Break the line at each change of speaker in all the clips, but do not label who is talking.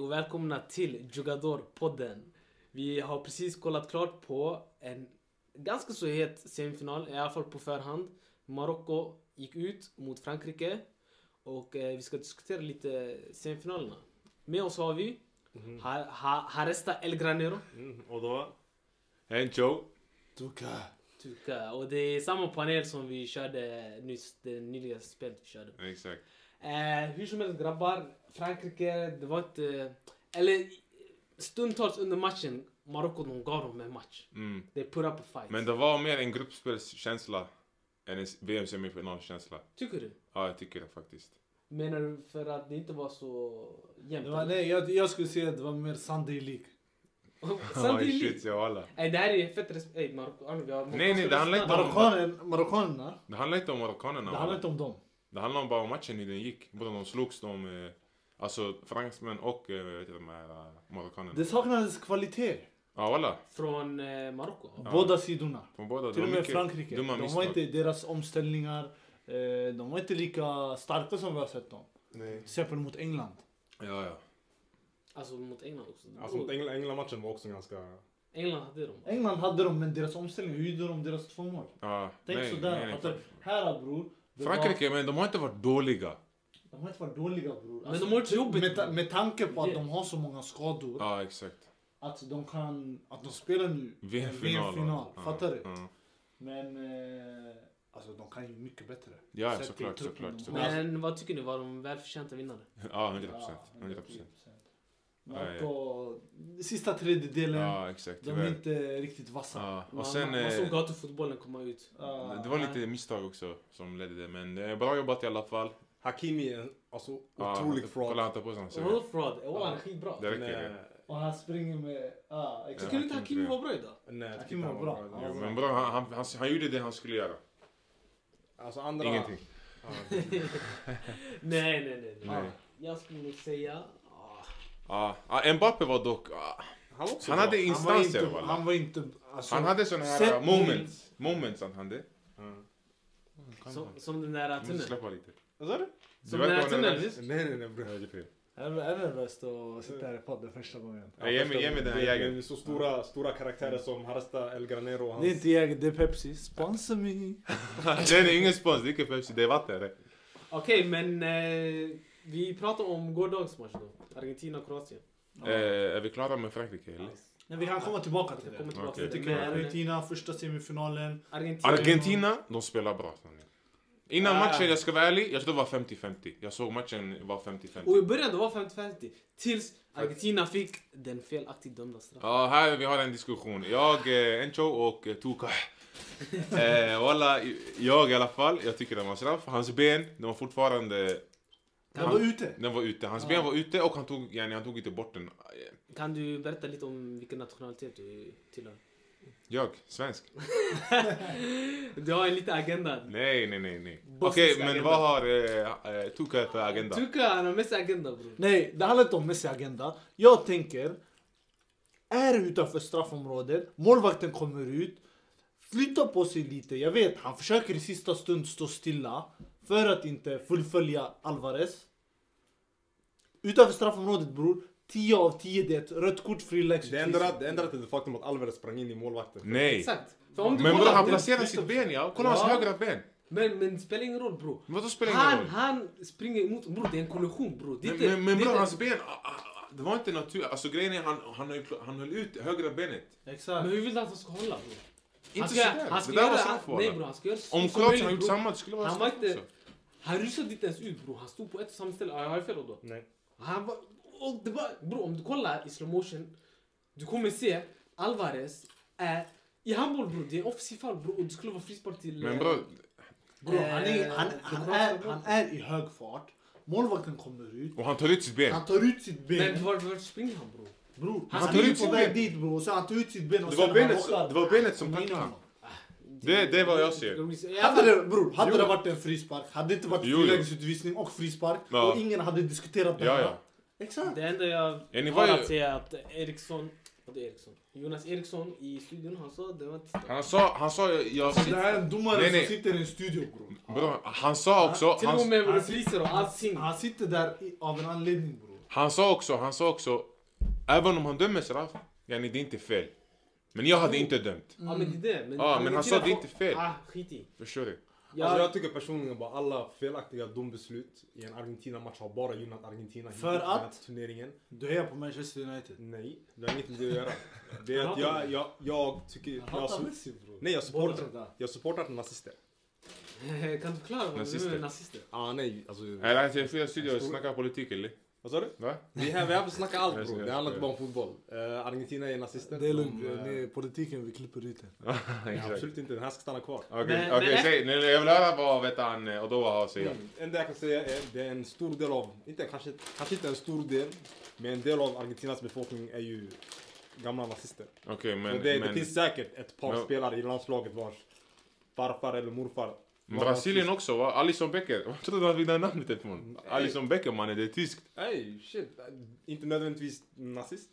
och välkomna till Jugador-podden. Vi har precis kollat klart på en ganska så het semifinal, i alla fall på förhand. Marocko gick ut mot Frankrike och eh, vi ska diskutera lite semifinalerna. Med oss har vi ha, ha, Haresta El Granero.
Mm, och då? Hencho. Tuka.
Tuka. Och det är samma panel som vi körde nyss, det nyliga spelet vi körde.
Exakt.
Eh, hur som helst grabbar, Frankrike, det var inte... Eller stundtals under matchen, Marocko de gav dem en match.
Mm.
Det put up a fight.
Men det var mer en gruppspelskänsla än en VM-semifinalkänsla.
Tycker du?
Ja, jag tycker det faktiskt.
Menar du för att det inte var så jämnt?
Det var, nej, jag, jag skulle säga att det var mer Sunday League.
Oj,
Samtidigt.
shit, ja, alla.
Nej det här är fett respekt. Ey Marocko, Arne, vi har...
Nej, nej, det handlar inte om-
Marockanen- Marockanerna,
Det handlar inte om marockanerna.
det handlar inte om dem.
det handlar om bara om matchen hur den gick. Både de slogs, de... Eh, alltså fransmän och eh, vet du, de här eh, marockanerna.
Det saknades kvalitet.
Ja, alla.
Från eh, Marocko?
på Båda sidorna.
Från båda. det
Till och
var
med
mycket
Frankrike.
Dumma
De var
misstag.
inte deras omställningar. eh, De var inte lika starka som vi har sett dem.
Nej.
Till exempel mot England.
Ja, ja.
Alltså mot England också.
Alltså mot England, England-matchen var också ganska...
England hade dem.
England hade dem, men deras omställning, hur gjorde de deras två mål?
ja
Tänk
nej,
sådär.
nej, nej.
att det, här bror. det var-
Frankrike, men de har inte varit dåliga.
De har inte varit dåliga bror. Alltså,
Men de har gjort jobbet.
med, ta- med tanke på
Det-
att de har så många skador.
Ja, exakt.
Att de kan, att de spelar nu.
VM-final.
VM-final,
Ja,
fattar du?
ja.
Men eh, alltså de kan ju mycket bättre.
Ja,
Sett till
såklart,
truppen
såklart,
de har.
såklart.
Men vad tycker ni? Var de välförtjänta vinnare?
Ja,
Ja,
100%. 100%. Ja,
Men på sista tredjedelen,
Ja, exakt.
de är
Tyvärr.
inte riktigt vassa.
Ja,
Man,
och sen...
man, man såg
Eh,
gatufotbollen komma ut.
Ja,
det var
nej.
lite misstag också som ledde det, men eh, bra jobbat i alla fall.
Hakimi är en alltså,
Ja,
otrolig fraud.
Kolla, han tar på sig hans
Vadå
ögon.
fraud? Wallah, han är skitbra.
Det
Men,
räcker.
eh,
Och han springer med... Ja,
Ja.
exakt.
Tycker du inte Hakimi var bra idag?
Nej, jag tycker
Hakimi
inte
var
han
bra.
var bra.
Ja.
Jo, men bra, han, han, han, han gjorde det han skulle göra.
Alltså andra...
Ingenting.
Ja,
Nej, nej, nej. nej.
Nej.
Jag skulle nog säga... ah,
Ja, ah, Mbappe var dock... ah,
han var också
Han
bra.
hade
Han var
instanser.
inte...
wallah.
Han var inte alltså,
han hade såna här
Sätt
ah,
nu-
moments. Moments han hade.
Mm.
Som, som den där
Jag måste
tunneln.
släppa lite.
Vad sa du?
Som
Det verkar
den där
vara
tunneln.
nervös.
visst?
Nej, nej, nej bror.
Nej, det är fel.
Jag är nervös att sitta här i podden första gången.
Ja, ge mig- ge mig den här
Det-
jägaren.
Det är så stora, stora karaktärer som Harasta El Granero och hans...
Det är inte jag, det är Pepsi. Sponsor me!
Det är ingen spons, det är inte Pepsi, det är vatten. det.
Okej, men eh, vi pratar om gårdagens match då. Argentina-Kroatien.
Eh, är vi klara med Frankrike eller?
Men vi kan komma tillbaka till
Jag
det.
kommer tillbaka
Okej.
till
Jag
det. Men
Argentina, första semifinalen.
Argentina...
Argentina, de spelar bra. Sonny. Innan
Ah.
matchen, jag ska vara ärlig, jag trodde det var 50-50. Jag såg matchen var 50-50.
Och i början det var 50-50. Tills Argentina fick den felaktigt dömda straffen.
Ja, här vi har en diskussion. Jag, eh, Encho och eh, Tuka. Eh, walla, jag i alla fall, jag tycker det var straff. Hans ben, den var fortfarande...
Den var ute.
Den var ute. Hans ben var ute och han tog, yani, han tog inte bort den. Eh,
Kan du berätta lite om vilken nationalitet du tillhör?
Jag, svensk.
Du har en liten agenda.
Nej, nej, nej. nej. Okej,
Bosnisk
men
agenda.
vad har eh, eh, Tuka för agenda?
Tuka, han har med sig agenda bror.
Nej, det handlar inte om Messi agenda. Jag tänker, är utanför straffområdet, målvakten kommer ut, flyttar på sig lite. Jag vet, han försöker i sista stund stå stilla för att inte fullfölja Alvarez. Utanför straffområdet bror, 10 av 10 det är ett rött kort, fri
Det ändrar det ändrar till det faktum att Alvarez sprang in i målvakten.
Nej.
Exakt. För om du
Men bror,
kollar-
han placerar sitt ben, ja. Kolla hans
Ja.
högra ben.
Men, men det spelar ingen roll bror.
Men Vadå spelar ingen
Han,
roll?
han springer emot, bror det är en kollision bror. Det är
Men,
inte-
men, men
det är
bror,
inte-
hans ben, ah, ah, ah, det var inte naturligt. Alltså grejen är, han, han, höll, han höll ut högra benet.
Exakt.
Men hur vill du att han ska hålla bror?
Inte
ska,
sådär.
han ska
det där var
göra-
straff
Nej
walla.
bror, han ska göra så
Om
som
Kroatien
möjligt,
hade gjort
bror.
samma, det skulle vara
Han
straff
var inte-
också.
Han rusade inte ens ut bror, han stod på ett och samma ställe. Ja, Jag har fel då.
Nej.
Han var... Och det var... Bror om du kollar i slow motion, du kommer se Alvarez är... I handboll bror, det är offensiv fall bror och det skulle vara frispark till...
Men
eh,
bror,
Bro, han, är, han,
Eh,
han,
det
är,
var-
han är i hög fart. Målvakten kommer ut.
och han tar ut sitt ben.
Han tar ut sitt ben.
Men var, var springer han bror?
Bro,
Han
han,
tar
är
ut
på
sitt
väg
ben.
dit bro. Så han tar ut sitt ben och
Det
sen
var
när han
benet som-
rockar,
det var benet som
kommer in
tackade
honom.
Det, det är vad jag ser.
Hade det, bror, hade det varit en frispark, hade det inte varit
Jo, jo.
frilägesutvisning och frispark
Ja.
och ingen hade diskuterat det
Ja,
här.
ja.
Exakt.
Det enda jag
Är ni
har
var-
att säga är att Eriksson, vad är Eriksson? Jonas Eriksson i studion, han sa det var inte straff.
Han sa, han sa, jag... jag
Det här är en domare
Nej, nej.
som sitter i en studio bror.
bror, han sa också...
Till och
Han,
med
han-
repriser och allting.
Han sitter där i, av en anledning bror.
Han sa också, han sa också, även om han dömer straff, yani det är inte fel. Men jag hade inte dömt.
Ja men det är det. Men,
Ja, men han sa det är
Argentina-
inte fel.
Ah, skit i.
Förstår du?
Jag,
Alltså jag tycker personligen bara alla felaktiga dombeslut i en Argentina-match har bara gynnat Argentina hittills
För
i den här
att?
turneringen.
Du hejar på Manchester United.
Nej, det har inget med det att göra. Det är
Jag
att
hatar
jag, jag, jag tycker... Jag,
hatar
sup-
Messi bror.
nej, jag supportar,
Bortre.
jag supportar nazister.
kan du förklara vad du menar
Nazister.
med nazister?
Ah, nej, alltså...
Eller han säger fyra studier och snackar politik eller?
Vad sa du?
Va?
Vi är här, vi är här för att snacka allt
Jag
bror.
ser,
Det handlar inte
jag
bara om fotboll. Eh, Argentina är nazister.
Det är lugnt,
De, eh,
ni, politiken vi klipper ut den.
nej,
Exakt.
absolut inte, den här ska stanna kvar.
Okej,
Men-
okej,
men-
säg. nu- Jag vill höra vad vet han eh, Odoa har att säga.
Mm. Enda jag kan säga är det är en stor del av, inte, kanske, kanske inte en stor del, men en del av Argentinas befolkning är ju gamla nazister.
Okej,
Men,
men...
det, det
men,
finns säkert ett par
Men-
spelare i landslaget vars farfar eller morfar
men Brasilien också va? Alisson Becker. Jag trodde han fick det här namnet ifrån. Alisson Becker mannen, det är tyskt.
Nej, shit. eh, Inte nödvändigtvis nazist.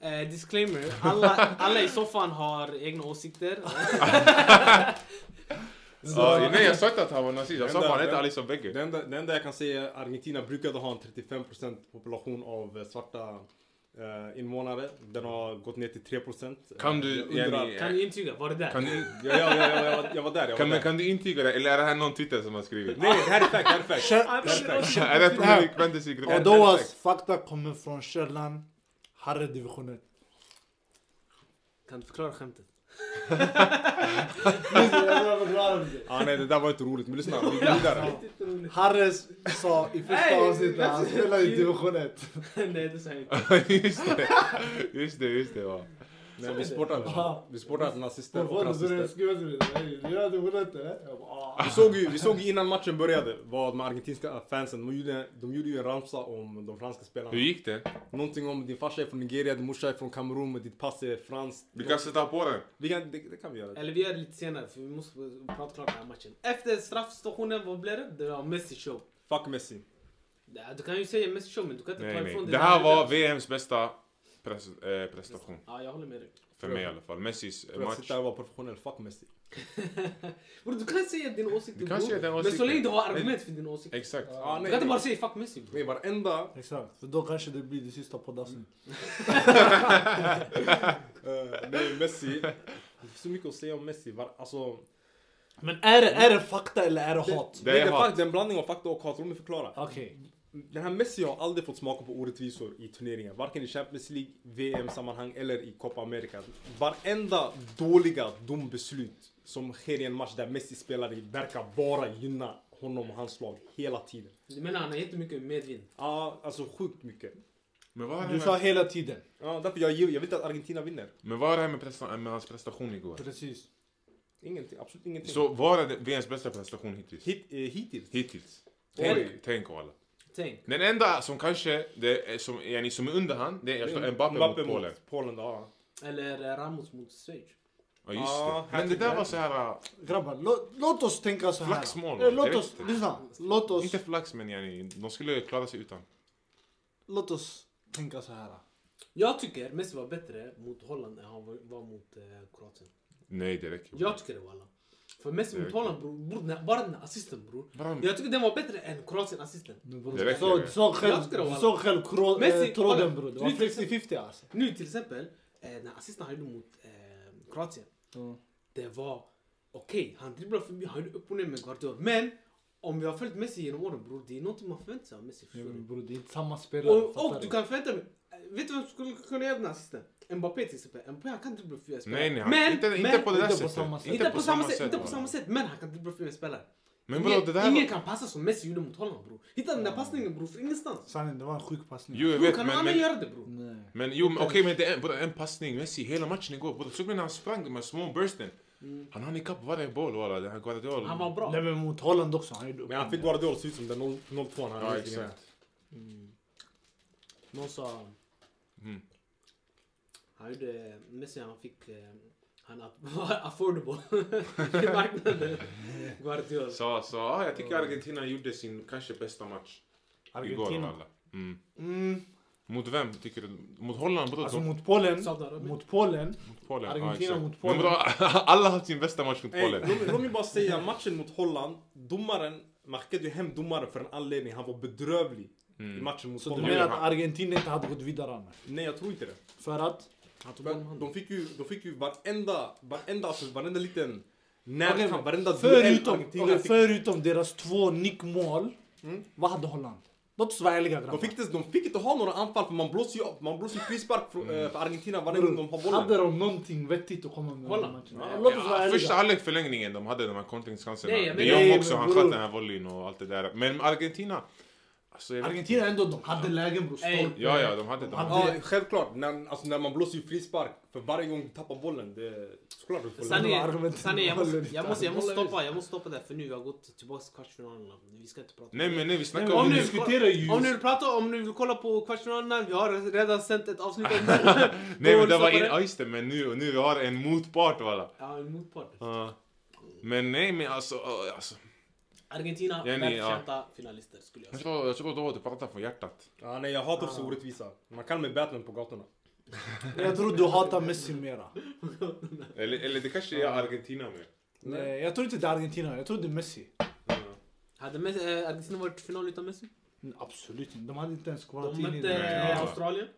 Eh, disclaimer, alla, alla i soffan har egna åsikter.
Ja, Ah, nej jag sa inte att han var nazist, jag sa bara
Den där-
han hette
den-
Alisson Becker.
Det enda, det enda jag kan säga är att Argentina brukade ha en 35% population av eh, svarta eh, invånare. Den har gått ner till 3%.
Kan du,
Jag undrar-
Jenny,
Kan ni intyga? Var det där?
Kan du,
Ja, ja, ja, ja, jag, var, jag var där. Jag var
kan,
där.
kan du intyga det? Eller är det här någon Twitter som har skrivit?
Nej, det här är fact, det här är fact.
Kör-
Ah,
Det här är fact.
är det Premier League Fantasy Group?
Odoas fakta kommer från källan Harre divisionen.
Kan du förklara skämtet?
Ah, nej, det där var inte roligt. Men lyssna, vi går vidare.
Harres sa i första
Nej,
avsnittet att han
that's-
spelar i division 1.
Nej det sa jag inte.
just det, just det, just det. Va.
Nej, vi supportar, vi supportar nazister och rasister.
"Ah."
Vi såg, ju, vi såg ju innan matchen började vad de argentinska fansen, de gjorde, de gjorde ju en ramsa om de franska
Hur
spelarna.
gick det?
Någonting om din farsa är från Nigeria, din morsa är från Kamerun, men ditt pass är franskt.
Vi kan sätta på den.
Vi kan, det, det kan vi göra.
Eller vi gör det lite senare för vi måste prata klart den här matchen. Efter straffstationen, vad blev det? Det var Messi show.
Fuck Messi.
Ja, Du kan ju säga Messi show men du kan inte
Nej,
ta ifrån
nej.
dig
Det här var
vi.
VMs bästa pres, eh, prestation.
Ja jag håller med dig.
För mig i alla fall. Messis
För att
match.
sitta här och vara professionell, fuck Messi.
Bror du kan säga din åsikt
Du kan säga din
bror. Men
åsikt.
så länge du har argument för din åsikt.
Exakt.
Ah,
Du
nej,
kan inte bara
nej,
säga fuck Messi bror.
nej, varenda...
Exakt, för då kanske det blir det sista poddavsnittet.
eh, nej, Messi. Det finns så mycket att säga om Messi. Var, alltså,
Men är det, är det fakta eller är det hat?
Det
det,
är
är
hat.
fakt- det är en blandning av fakta och hat. Låt mig förklara.
Okej.
Den här Messi har aldrig fått smaka på orättvisor i turneringar. Varken i Champions League, VM-sammanhang eller i Copa America. Varenda dåliga dombeslut som sker i en match där Messi spelar i verkar bara gynna honom och hans lag hela tiden.
Du menar han har jättemycket medvind.
Ja, alltså sjukt mycket.
Men vad är det
Du sa
med,
hela tiden.
Ja, därför jag, jag vill inte att Argentina vinner.
men vad är det här med, presta, med hans prestation igår?
Precis.
Ingenting, absolut ingenting.
Så var är det VMs bästa prestation hittills?
Hit, eh, hittills.
Hittills.
Oj.
Tänk, tänk alla.
Tänk.
Den enda som kanske, det är som, yani, som är underhand, det är jag
Mm.
tror Mbappé mot Polen.
Polen, ja.
Eller eh, Ramos mot Schweiz.
Ja just
Ja,
det. Men det där var så här, äh,
Grabbar, låt, låt oss tänka så här.
Flaxmål,
Eh, Låt
direkt.
oss, lyssna. Låt oss,
inte flax men yani, de skulle klara sig utan.
låt oss tänka så här.
Jag tycker Messi var bättre mot Holland än han var- var mot eh, Kroatien.
Nej det räcker.
Jag tycker det walla. För Messi mot Holland bror, bror, den här- bara den här assisten bror.
Bara-
Jag tycker den var bättre än Kroatien-assisten.
Det räcker.
Så, du såg själv,
Jag ska då,
du
alla.
såg själv kro,
Messi,
eh, tråden
kolla.
bror. Det var
Du vet-
50-50 alltså.
Nu till exempel, eh, den här assisten han gjorde mot eh, Kroatien. Det var okej, han dribblar förbi, han gjorde upp och ner med Guardiola. Men om vi har följt Messi genom åren bror, det är någonting man förväntar sig av Messi.
Ja,
förstår du?
men Bror det är inte samma spelare.
Och,
fattar
och du kan förvänta dig... eh, Vet du vem som skulle kunna göra den här assisten? Mbappé till exempel. Mbappé han kan dribbla fyra spelare.
Nej nej, men, inte, inte på det där
inte på
sättet.
samma sätt.
Inte på samma sätt, inte
va?
på samma sätt, men han kan dribbla fyra spelare.
Men vadå
ingen
det där
ingen
var...
kan passa som Messi gjorde mot Holland bror. Hitta den där passningen bror, från ingenstans.
Sanningen, det var en sjuk passning.
Jo jag
Bror,
vet
kan
men...
någon annan
men,
göra det bror?
Nej.
men jo men okej men det är en, bara en passning, Messi hela matchen igår. Både, såg du när han sprang de här små bursten? Han hann ikapp varje boll walla, den här Guardiola.
Mm. Han var bra.
Nej men mot Holland också, han gjorde upp.
Men han fick Guardiola se ut som den 0- 0-2 han
Ja
hade.
exakt.
Någon sa...
Mm.
Han gjorde... Messi han fick... eh, Han att- var affordable i marknaden. Guardiola.
Så, så ja, "Ah, jag tycker Argentina gjorde sin kanske bästa match igår walla. Mm.
Mm,
Mot vem tycker du? Mot Holland bror?
alltså
de-
mot Polen.
Saudiarabien.
Mot Polen.
Polen.
Argentina
exakt.
mot Polen.
Men bra, alla har sin bästa match mot
Ey,
Polen.
låt, mig- låt mig bara säga, matchen mot Holland, domaren, man skickade ju hem domaren för en anledning, han var bedrövlig. i matchen mot
Mm. Så du
Holland.
menar att Argentina inte hade gått vidare annars?
Nej, jag tror inte det.
För att?
Han tog bollen med
Men
handen.
de fick ju, de fick ju varenda, varenda, alltså, varenda liten närkamp,
Okej,
varenda duell
Förutom,
Argentina
okej,
fick. Mm.
förutom deras två nickmål, vad hade Holland? Låt oss vara ärliga grabbar.
De fick, inte- de fick inte ha några anfall för man blåser ju upp, man blåser ju frispark för, eh, för Argentina varje gång de har bollen.
Hade de någonting vettigt att komma med
Holland?
i matchen?
Nej.
Ja, Låt oss vara
Ja,
ärliga.
första halvlek förlängningen, de hade de här kontringschanserna.
Nej, jag
De
menar-
Jong
Nej,
också,
men
han
bror.
sköt den här volleyn och allt det där. Men Argentina... Alltså, jag vet inte.
Argentina Alltså, ändå, de hade lägen bror.
Ey.
Stolpe.
Ja, ja, de hade de.
hade-
hade-
Ja, självklart. När, alltså, när man blåser ju frispark för varje gång du tappar bollen, det är såklart du får lämna.
de
Sanne,
argumenten
Sanne, jag måste,
håller inte.
jag måste, jag måste
Håller
stoppa, jag måste stoppa där för nu vi har gått tillbaka till kvartsfinalerna. Vi ska inte prata
Nej, men nej, vi
Nej,
snackar
men
om...
om
nu-
ni
det.
diskuterar ju...
Om ni vill prata, om ni vill kolla på kvartsfinalerna, vi har redan sänt ett avsnitt om det.
Nej, men
Då
det var...
stoppar
in- Ja, just det, men nu, nu vi har en motpart, walla.
Ja, en motpart.
Ja. Men nej, men alltså... ja, alltså.
Argentina,
Jenny,
välförtjänta finalister skulle jag
Jag
säga.
tror, jag tror då du pratar från hjärtat.
Ja, nej, jag hatar också orättvisa. Man kallar mig Batman på gatorna.
Jag tror du hatar Messi mera.
Eller, eller det kanske är Argentina med.
Nej, Eh, jag tror inte det är Argentina, jag tror det är Messi.
Hade Messi, eh, Argentina varit final utan Messi?
Mm, Absolut inte, de hade inte ens kvalat
De
in i
mötte
den.
eh,
ja.
Australien.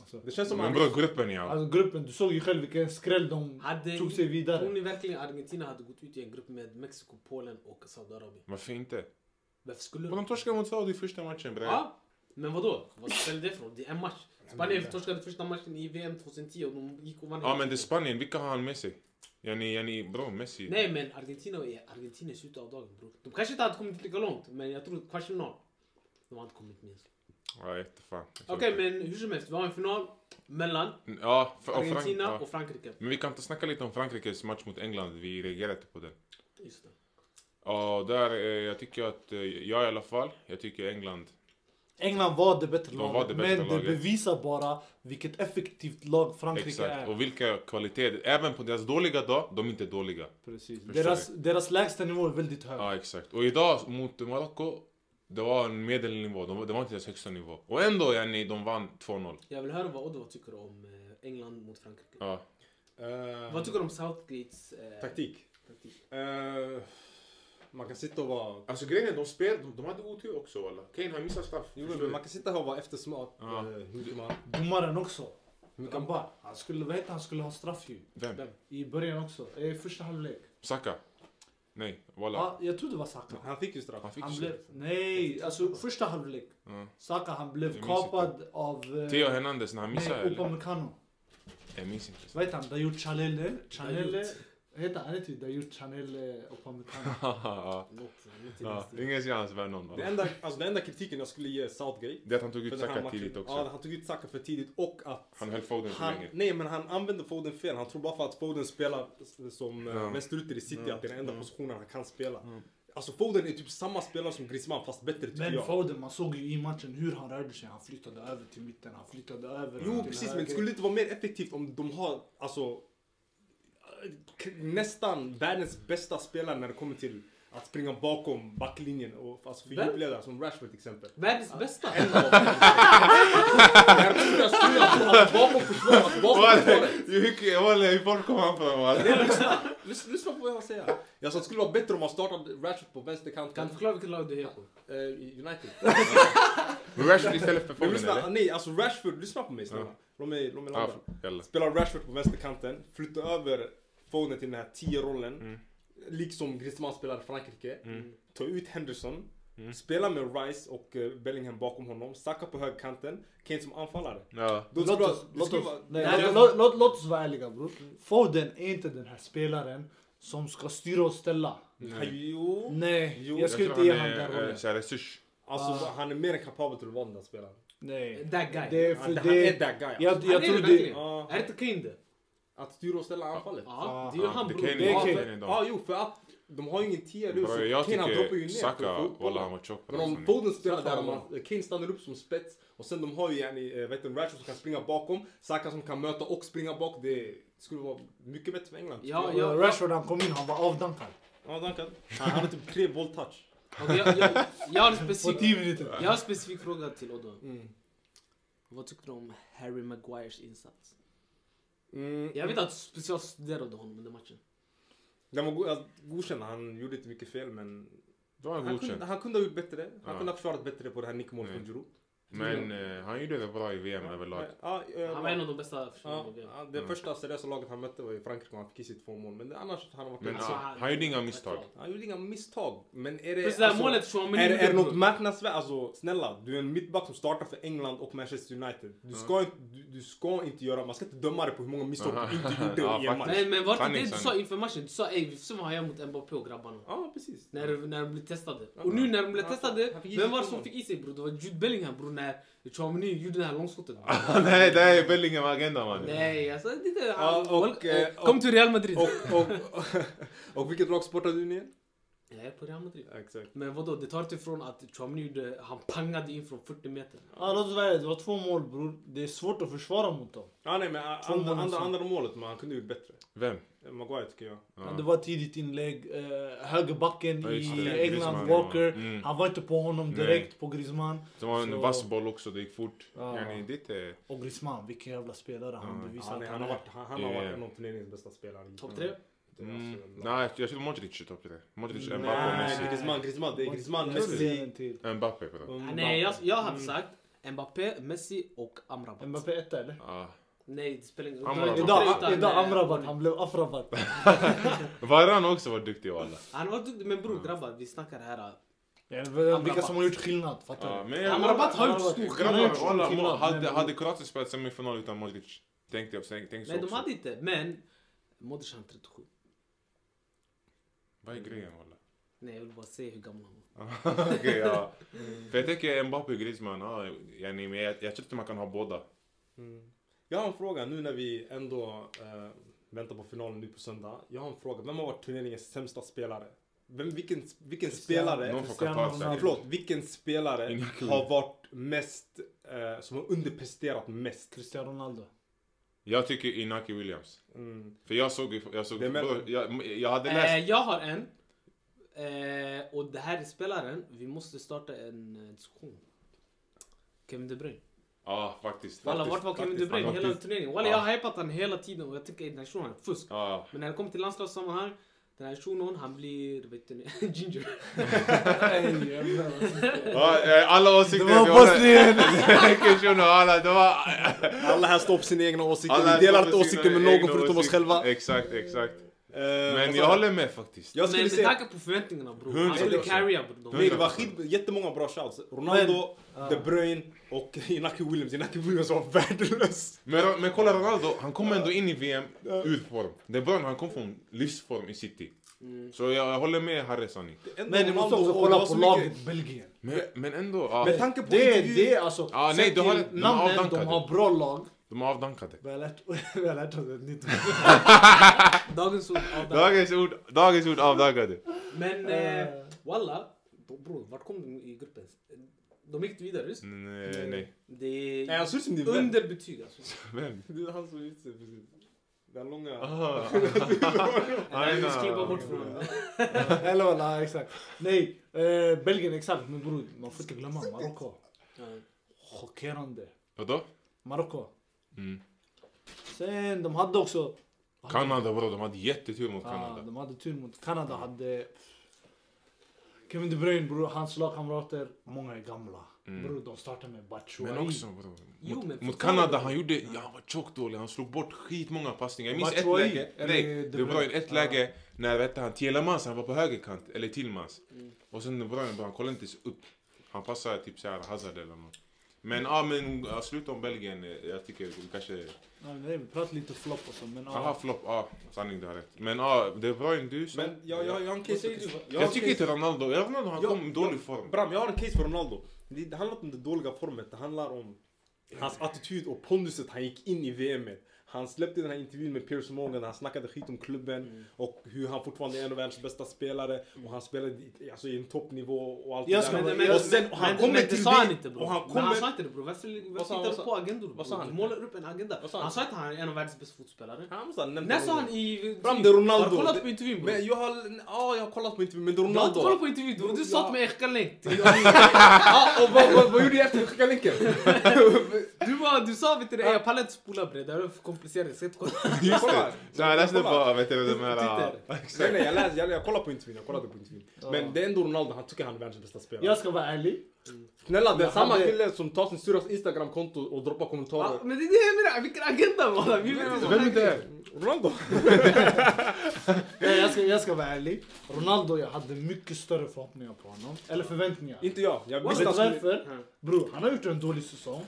Alltså,
Det känns som
Men bror, gruppen ja.
alltså gruppen, du såg ju själv vilken skräll de
Hade,
tog sig
Tror
vidare.
ni verkligen Argentina hade gått ut i en grupp med Mexiko, Polen och Saudiarabien?
Varför inte?
Varför skulle
Men
de?
de torskade mot Saudi i första matchen bre.
Ja, men vadå? Vad spelar det för roll? Det är en match. Spanien torskade första matchen i VM 2010 och de gick och vann.
Ja
hela
men det är
tiden.
Spanien, vilka har han med sig? Yani, yani, bro, Messi.
Nej men Argentina är Argentina i slutet av dagen bror. De kanske inte hade kommit lika långt men jag tror kvartsfinal. De har inte kommit minst.
Ja, jättefan.
Okej men hur som helst, vi har en final mellan
Ja, för, och Frank,
Argentina
ja.
och Frankrike.
Men vi kan inte snacka lite om Frankrikes match mot England, vi reagerade inte på den.
Just det.
Ja, där, eh, jag tycker att, eh, jag i alla fall, jag tycker England.
England var det bättre
De var det
laget,
bättre
men det
laget.
bevisar bara vilket effektivt lag Frankrike
Exakt.
är.
Och vilka kvaliteter, även på deras dåliga dag, de är inte dåliga.
Precis.
Förstår
Deras, deras lägsta nivå är väldigt hög.
Ja, exakt. Och idag mot Marocko, det var en medelnivå, de, var- det var inte deras högsta nivå. Och ändå, yani, de vann 2-0.
Jag vill höra vad Oddvar tycker om eh, England mot Frankrike.
Ja.
Eh,
Vad tycker du om Southgates eh,
Taktik.
taktik?
Eh, man kan sitta och vara...
Alltså grejen är, de spelade, de, de hade otur också walla. Kane har missat straff.
Jo, men man kan sitta här och vara eftersmart.
Ja.
eh, hur mycket man...
Domaren också.
Hur mycket
Han,
man...
bara, han skulle veta han skulle ha straff ju.
Vem?
Vem?
I början också. I första halvlek.
Saka? Nej, walla.
Ja, jag tror det var Saka.
Han fick ju straff.
Han fick
Han
ju
blev, nej, alltså första halvlek.
Ja.
Saka han blev
Jag minns
kapad av... eh,
Theo Hernandez när han missade
Nej,
eller?
Upamecano.
Jag minns inte.
Vad heter han? Dayot Chanel? Chanel?
Dayot.
Heter han inte Dayot Chanel eh, Upamecano?
ja,
Något, något i den
ja.
stilen.
Ingen ser hans värd någon
Det
walla.
enda, alltså, den enda kritiken jag skulle ge Southgate.
Det är att han tog
för
ut
den här
Saka
matchen-
tidigt
Ja,
också.
han tog ut Saka för tidigt och att...
Han höll Foden för
Han,
länge.
nej men han använde Foden fel. Han tror bara för att Foden spelar s- som
Ja.
ja. vänsterytter i City att det är den enda positionen han kan spela.
Mm.
Alltså Foden är typ samma spelare som Griezmann fast bättre tycker
Men
jag.
Foden, man såg ju i matchen hur han rörde sig. Han flyttade över till mitten, han flyttade över
Jo
till
precis men
höger.
det skulle inte vara mer effektivt om de har alltså k- nästan världens bästa spelare när det kommer till att springa bakom backlinjen och alltså
Vem?
fördjupledare som Rashford till exempel.
Världens bästa!
En av dem. Jag tror jag skulle att bakom försvaret, alltså bakom försvaret.
Walla, hur fort kom han fram walla?
Lyssna, lyssna på vad jag säger. Jag sa att det skulle vara bättre om man startade Rashford på
Kan
vänsterkanten.
du förklara vilket lag du är på?
Eh, United.
Men Rashford istället för
Men
Foden
lyssna,
eller?
nej alltså Rashford, lyssna på mig snälla.
Ja.
Låt mig, låt mig
Ja,
landa.
f- jalla.
Spelar Rashford på vänsterkanten, flyttar över Foden till den här 10-rollen.
Mm.
Liksom Griezmann spelar i Frankrike.
Mm.
Ta ut Henderson.
Mm.
Spela med Rice och eh, Bellingham bakom honom. Saka på högerkanten. Kane som anfallare.
Ja.
Då
Låt
skulle
oss,
jag- det
låt
skulle
oss,
vara-
nej,
det
alltså,
är-
låt, låt, låt oss vara ärliga bror. Foden är inte den här spelaren som ska styra och ställa.
Nej.
Jo.
Nej,
Jo,
jag
jag
skulle
tror
inte ge
han
honom den
är
rollen.
eh, så här resurs.
Alltså han är mer än kapabel till att vara den där spelaren.
Nej.
That guy.
Det är för
Han,
det...
han är that guy. Alltså. Ah.
jag, jag
är
tror
det
det...
verkligen.
Ja.
Är det inte Kane det?
Att styra och ställa anfallet.
Ja, det är ju
Ja,
han
det
bror.
Kane
Det är
är-
Kane.
Kane är
Ja
de.
jo för att de har ju ingen tia nu
Bro, Jag
Kane han droppar ju
tycker
ner.
Saka,
för- för-
walla han var tjock.
Men
alltså,
om
nu.
Foden spelar
Så fan,
där, man, Kane stannar upp som spets och sen de har ju yani, eh, vet du, Rashford som kan springa bakom, Saka som kan möta och springa bak. Det skulle vara mycket bättre för England.
Ja,
Ja,
jag,
Rashford han kom in, han var avdankad.
ja Duncan. Han hade typ tre bolltouch.
okej, jag, jag, jag, har en
På
specifik,
10 minuter.
jag har en specifik fråga till Oddvar.
Mm.
Vad tyckte du om Harry Maguires insats?
Mm.
Jag vet att du specialstuderade honom under matchen.
Den var go- alltså, godkänd, han gjorde inte mycket fel men...
Då har han
Han kunde,
godkänt.
han kunde ha gjort bättre. Han
Ja.
kunde ha försvarat bättre på det här nickmålet från
Ja.
Giroud.
Men eh, han gjorde det bra i VM överlag.
Ja, ja,
Han var en av de bästa försvararna.
Ja,
i VM.
ja, det
Mm.
första seriösa laget han mötte var i Frankrike och han fick i sitt två mål. Men det- annars har han varit
Men
alltså,
ja, han gjorde inga misstag.
Han gjorde inga misstag. Men är det...
Precis det här målet Tchouaméni
Alltså, är, är det
gjorde,
något marknadsvärt? Alltså snälla, du är en mittback som startar för England och Manchester United.
Mm.
Du ska, inte, du, du ska inte göra... Man ska inte döma dig på hur många misstag
Aha.
du inte gjorde
Mm. Ja,
i
faktiskt.
en match.
Men, men var det
Sanning,
det du sa
sanning.
inför matchen? Du sa ey, vi får se vad han gör mot Mbappé och grabbarna.
Ja, precis.
När, när de blev testade.
Ja.
Och nu när de blev
Ja,
testade,
han fick i sig
vem var det
två
som
mål.
fick i sig bror? Det var Jude Bellingham bror när Tchouaméni gjorde det här långskottet.
Nej, det är Bellingham agenda man.
Nej alltså det är inte...
Ja,
han-
och, eh,
eh, Kom
och-
till Real Madrid.
Och, och, och vilket lag sportar du ner?
Jag är på Real Madrid.
Exakt.
Men vadå, det tar inte ifrån att Tchouaméni gjorde... Han pangade in från 40 meter.
Ja, låt oss vara ärliga, det var två mål bror. Det är svårt att försvara mot dem.
Ja, nej, men ä,
Två
andra,
mål
andra,
också.
andra målet, men han kunde gjort bättre.
Vem?
Maguire tycker jag.
Ja.
Men Det var ett tidigt inlägg. Eh, högerbacken
Ja, just
i
det.
England,
Griezmann,
Walker.
ja. Mm.
Han var inte på honom
Nej.
direkt, på Griezmann.
Det var en
Så-
vass boll också, det gick fort.
Ja.
Yani, det är...
Och Griezmann, vilken jävla spelare han
Ja.
bevisar
Han, är-
att
han har varit, han, han har
Ja.
varit en av turneringens bästa spelare.
Topp tre?
Det är
Mm.
alltså-
Nej, jag tror Modric är topp tre. Modric,
Nej.
Mbappe och
Nej,
Messi.
Griezmann, Griezmann, det är Griezmann,
Jag tror det är
Messi.
en till.
Mbappe bro.
Ah, Nej, jag, jag hade
Mm.
sagt Mbappé, Messi och Amrabat.
Mbappé etta eller?
Ja.
Nej, det spelar ingen
Amrabat.
Det var inte
Idag,
utan,
idag
eh,
Amrabat, han blev Afrabat.
Varan också var duktig alla.
Han var duktig, men bror grabbar, vi snackar här.
Vilka som har gjort skillnad, fattar du?
Men
Amrabat har gjort stor
skillnad.
Grabbar, alla,
Skillnad,
hade,
men-
hade Kroatien spelat semifinal utan Modric? Tänkte jag, tänk, tänk så
Nej, de
också.
hade inte, men Modric han är 37.
Vad är grejen walla?
Nej, jag vill bara se hur gammal han var.
Okej, ja. För jag tänker Mbappe och Griezmann, ja, yani, men jag, jag tror inte man kan ha båda.
Mm. Jag har en fråga nu när vi ändå eh, väntar på finalen nu på söndag. Jag har en fråga. Vem har varit turneringens sämsta spelare? Vem, vilken vilken spelare?
Någon får
Cristiano
Qatar
Nej,
säkert.
Ronaldo.
förlåt, vilken spelare
Ingen kul.
har varit mest, eh, som har underpresterat mest?
Cristiano Ronaldo.
Jag tycker Inaki Williams.
Mm.
För jag såg, jag såg,
Det är mellan-
jag, jag hade läst.
Eh, jag har en. Eh, och det här är spelaren. Vi måste starta en eh, diskussion. Kevin De Bruyne.
Ja, faktiskt.
Walla,
faktiskt.
vart var Kevin De
faktiskt,
Bruyne
faktiskt.
hela turneringen? Walla,
Ja.
jag har hypat han hela tiden och jag tycker international är fusk.
Ja,
Men när det kommer till landslagssammanhang, den här shunon, han blir, vet du, ginger.
Nej, jävlar, alltså.
Ja, eh, alla åsikter.
Det var
vi har-
Bosnien.
Kishuno, alla, det var...
Alla här står på sina egna åsikter.
alla
vi delar inte
sina
åsikter med
egna
någon förutom oss
åsikter.
själva.
Exakt, exakt.
Eh,
Men
alltså,
jag håller med faktiskt.
jag
Men
skulle
med
säga...
tanke på förväntningarna bror. Han
100%.
skulle carrya bror.
Nej,
De-
det var skit, jättemånga bra shouts. Ronaldo, De Bruyne och Inaki Williams. Inaki Williams var värdelös.
Men, men kolla Ronaldo, han kom ändå in i VM ur form. Det är bra när han kom från livsform i City.
Mm.
Så jag, jag håller med Harry sanning.
Men du måste också kolla på laget Belgien.
Men, men ändå, ja,
Med tanke på
Det,
intervju-
det är alltså...
Ja,
sett
nej, du
till
har- de har
namnen, de
avdankade.
har bra lag.
de är avdankade.
Vi har lärt, vi har lärt oss ett nytt ord.
Dagens ord. av dagen.
Dagens ord, dagens ord avdankade.
Men eh,
Eh.
walla, bro- bror vart kom de i gruppen? De gick vidare visst?
Nej, nej.
Det är
Nej, han ser ut som din vän.
underbetyg alltså.
Vem?
Det är han som utser precis. Den långa.
Ah.
Nej, vi
Aina.
skulle bara bort från honom.
Eller walla, exakt. Nej, eh, Belgien exakt. Men bror, man får inte glömma Marocko. Chockerande.
Vadå?
Marocko.
Mm.
Sen, de hade också...
Kanada bror, de hade jättetur mot
Ja,
Kanada.
de hade tur mot Kanada. Hade Kevin De Bruyne, bror, hans lagkamrater, många är gamla. Bror, de startar med
Mm. Men
Batshuayi.
också bror.
Jo,
Mot,
men
mot
förklara
Kanada,
då.
han gjorde, ja, han var tjockt dålig. Han slog bort skitmånga passningar. Jag minns ett
Batshuayi,
läge,
eller
nej,
De
De Bruyne, ett
Bruyne.
läge när vet du, han Tielemans, han var på högerkant, eller Tillmans. Och sen De Bruyne, bara, han kollade inte ens upp. Han passade typ såhär Hazard eller något. Men ja, men ja, slut om Belgien. eh, Jag tycker vi kanske,
Ja, nej, vi pratar lite flopp och så, men
aha
ja.
flopp, ja sanning du har rätt. Men ja, De Bruyne du sa.
Men jag, jag, jag har en case.
Vad säger
Jag,
har en
tycker
case-
inte Ronaldo, Ja, Ronaldo han
Ja,
kom i dålig
ja,
form.
Bram, jag har en case för Ronaldo. Det det handlar inte om det dåliga formet. Det handlar om hans attityd och ponduset han gick in i VM med. Han släppte den här intervjun med Piers Morgan där han snackade skit om klubben och hur han fortfarande är en av världens bästa spelare och han spelade i, alltså, i en toppnivå och allt
Jag
det
ska-
där.
Men, men,
Och
men,
sen- och han
men,
kommer
men det
till
sa
vi-
han inte bror.
och han
Men han
kommer-
sa inte det bror. Varför,
Vad
varför
sa
tittar
han, vad
du
sa-
på agendor
vad sa
bror?
han?
Du målar upp en agenda.
Vad sa han?
Han sa inte han är en av världens bästa fotbollsspelare.
Han måste ha nämnt
När sa
Ronaldo.
han i... typ-
Bram, det är Ronaldo.
Har du kollat på
Det-
intervjun bror?
Men jag har, ja, jag har kollat på intervjun, men det är
Du har inte
Ronaldo.
kollat på intervjun bror. Du sa
Ja.
till mig Ejka Lenk.
Ja, och vad, vad, vad gjorde jag efter vi skickade länken?
Du, bara, du sa vet du det, jag pallar inte spola bre, det här är för komplicerat. Jag ska inte kolla.
Just
Kolla.
det. Så jag läste
Kolla.
bara, vet du, de här... äh,
Twitter.
ja,
Nej,
Exakt.
nej, jag, läste, jag, jag kollade på intervjun, jag kollade på intervjun. Men det är ändå Ronaldo, han tycker han är världens bästa spelare.
Jag ska vara ärlig.
Snälla, det är
Men
samma
han är-
kille som tar sin syrras instagramkonto och droppar kommentarer.
Ja, Men det är det jag menar, vilken agenda walla. Vi vet inte.
Vem är det?
Ronaldo!
Nej, jag, ska, jag ska vara ärlig. Ronaldo, jag hade mycket större förhoppningar på honom. Eller förväntningar.
Inte jag. Jag
Vet
visste
du
han skulle...
varför? Bror, han har gjort en dålig säsong.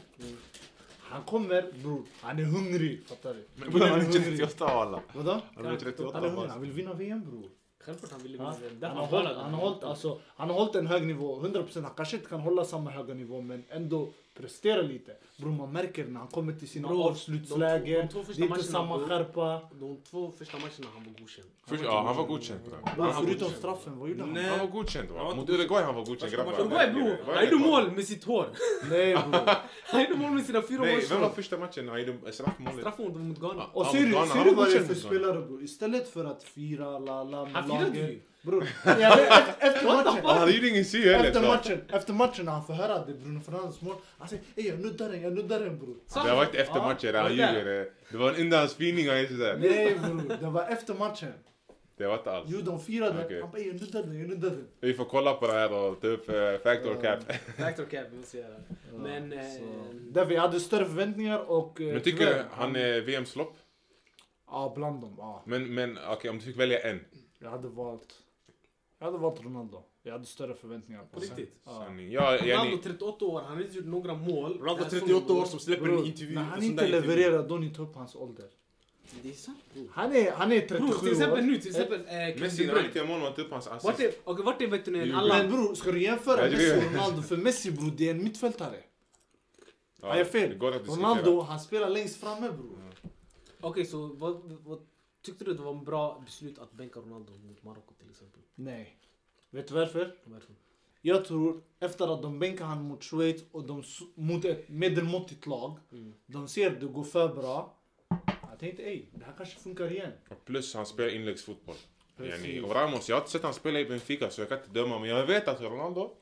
Han kommer, bror. Han är hungrig. Fattar du?
Men bror, han är 38 alla.
Vadå?
Han är
Han är
38
hungrig.
bara.
Han vill vinna VM, bror.
Självklart han ville
Ja.
vinna. Därför
Han har,
kollar
hållit,
den.
han, har hållit, alltså, han har hållit en hög nivå, 100%. Han kanske inte kan hålla samma höga nivå men ändå prestera lite. Bror man märker när han kommer till sina
Bror,
avslutslägen,
de två- de två första
det är inte
matcherna,
samma
bror.
skärpa.
De två första matcherna han var godkänd.
Först- Ja, han var godkänd. tror jag.
Bror
Han var
förutom
godkänd.
straffen, vad gjorde han?
Nej.
Han var godkänd va? Mot Uruguay han var godkänd grabbar.
Uruguay bror,
Vad är
han
det
gjorde
för-
mål med sitt hår.
Nej bror.
Han gjorde mål med sina fyra
Nej,
mål.
vem var första matchen? Han gjorde straffmålet.
Straffmålet mot Ghana.
Och
Ja,
ser du,
Ghana,
ser
han
du
var
vad det är
godkänd
för
mot Ghana.
spelare bror? Istället för att fira la la med
Han firade
laget,
ju.
Bror, ja, men e- efter
Ja,
matchen.
Han gjorde ingen sy heller.
Efter
så.
matchen, efter matchen när han får höra att det är Bruno Fernandes mål, han säger ey jag nuddar den, jag nuddar den bror.
Så
Det var inte efter
Ja,
matchen, han
det var där.
ljuger. Det var en enda hans spinning han gjorde sådär.
Nej bror, det var efter matchen.
Det var inte alls.
Jo, de firade.
Okej.
Han bara, jag nuddade den, jag nuddade den.
Vi får kolla på det här och ta upp eh, fact or cap.
Factor cap, vi måste göra. Men... eh,
Så. Därför jag hade större förväntningar och... eh,
Men tycker
tyvärr,
du han är VMs flopp?
Ja, bland dem. Ja.
Men, men okej, om du fick välja en.
Jag hade valt... Jag hade valt Ronaldo. Jag hade större förväntningar på
På riktigt?
Ja.
Sanning. Ja,
Ronaldo
Jenny.
38 år, han har inte gjort några mål. Alltså,
Ronaldo
Alltså,
Den här
38 år
säsongen.
som släpper en
Bror,
intervju.
när
en
han
sån
inte
där intervju.
levererar, då ni tar upp hans ålder.
Det är sant bror.
Han är, han är 37
Bror, till exempel
år.
nu, till exempel eh,
Messi
Kevin De
när han
Bruyne.
inte gör mål, man tar upp hans assist.
Vart är, okej, vart är veterinären?
Jo,
Alla...
Eh, Men bror, ska du jämföra
Ja, det
Messi
är-
och Ronaldo? För Messi bror, det är en mittfältare.
Ja,
Han gör
det
fel.
går att diskutera.
Ronaldo, han spelar längst framme bror.
Okej, så vad, vad tyckte du det var en bra beslut att bänka Ronaldo mot Marocko till exempel?
Nej. Vet du varför?
Varför?
Jag tror efter att de bänkar han mot Schweiz och de s- mot ett medelmåttigt lag.
Mm.
De ser det går för bra. Jag tänkte ej, det här kanske funkar igen.
Och Plus han spelar inläggsfotboll.
Precis.
Yani, och Ramos, jag har inte sett han spela i Benfica så jag kan inte döma. Men jag vet att Ronaldo,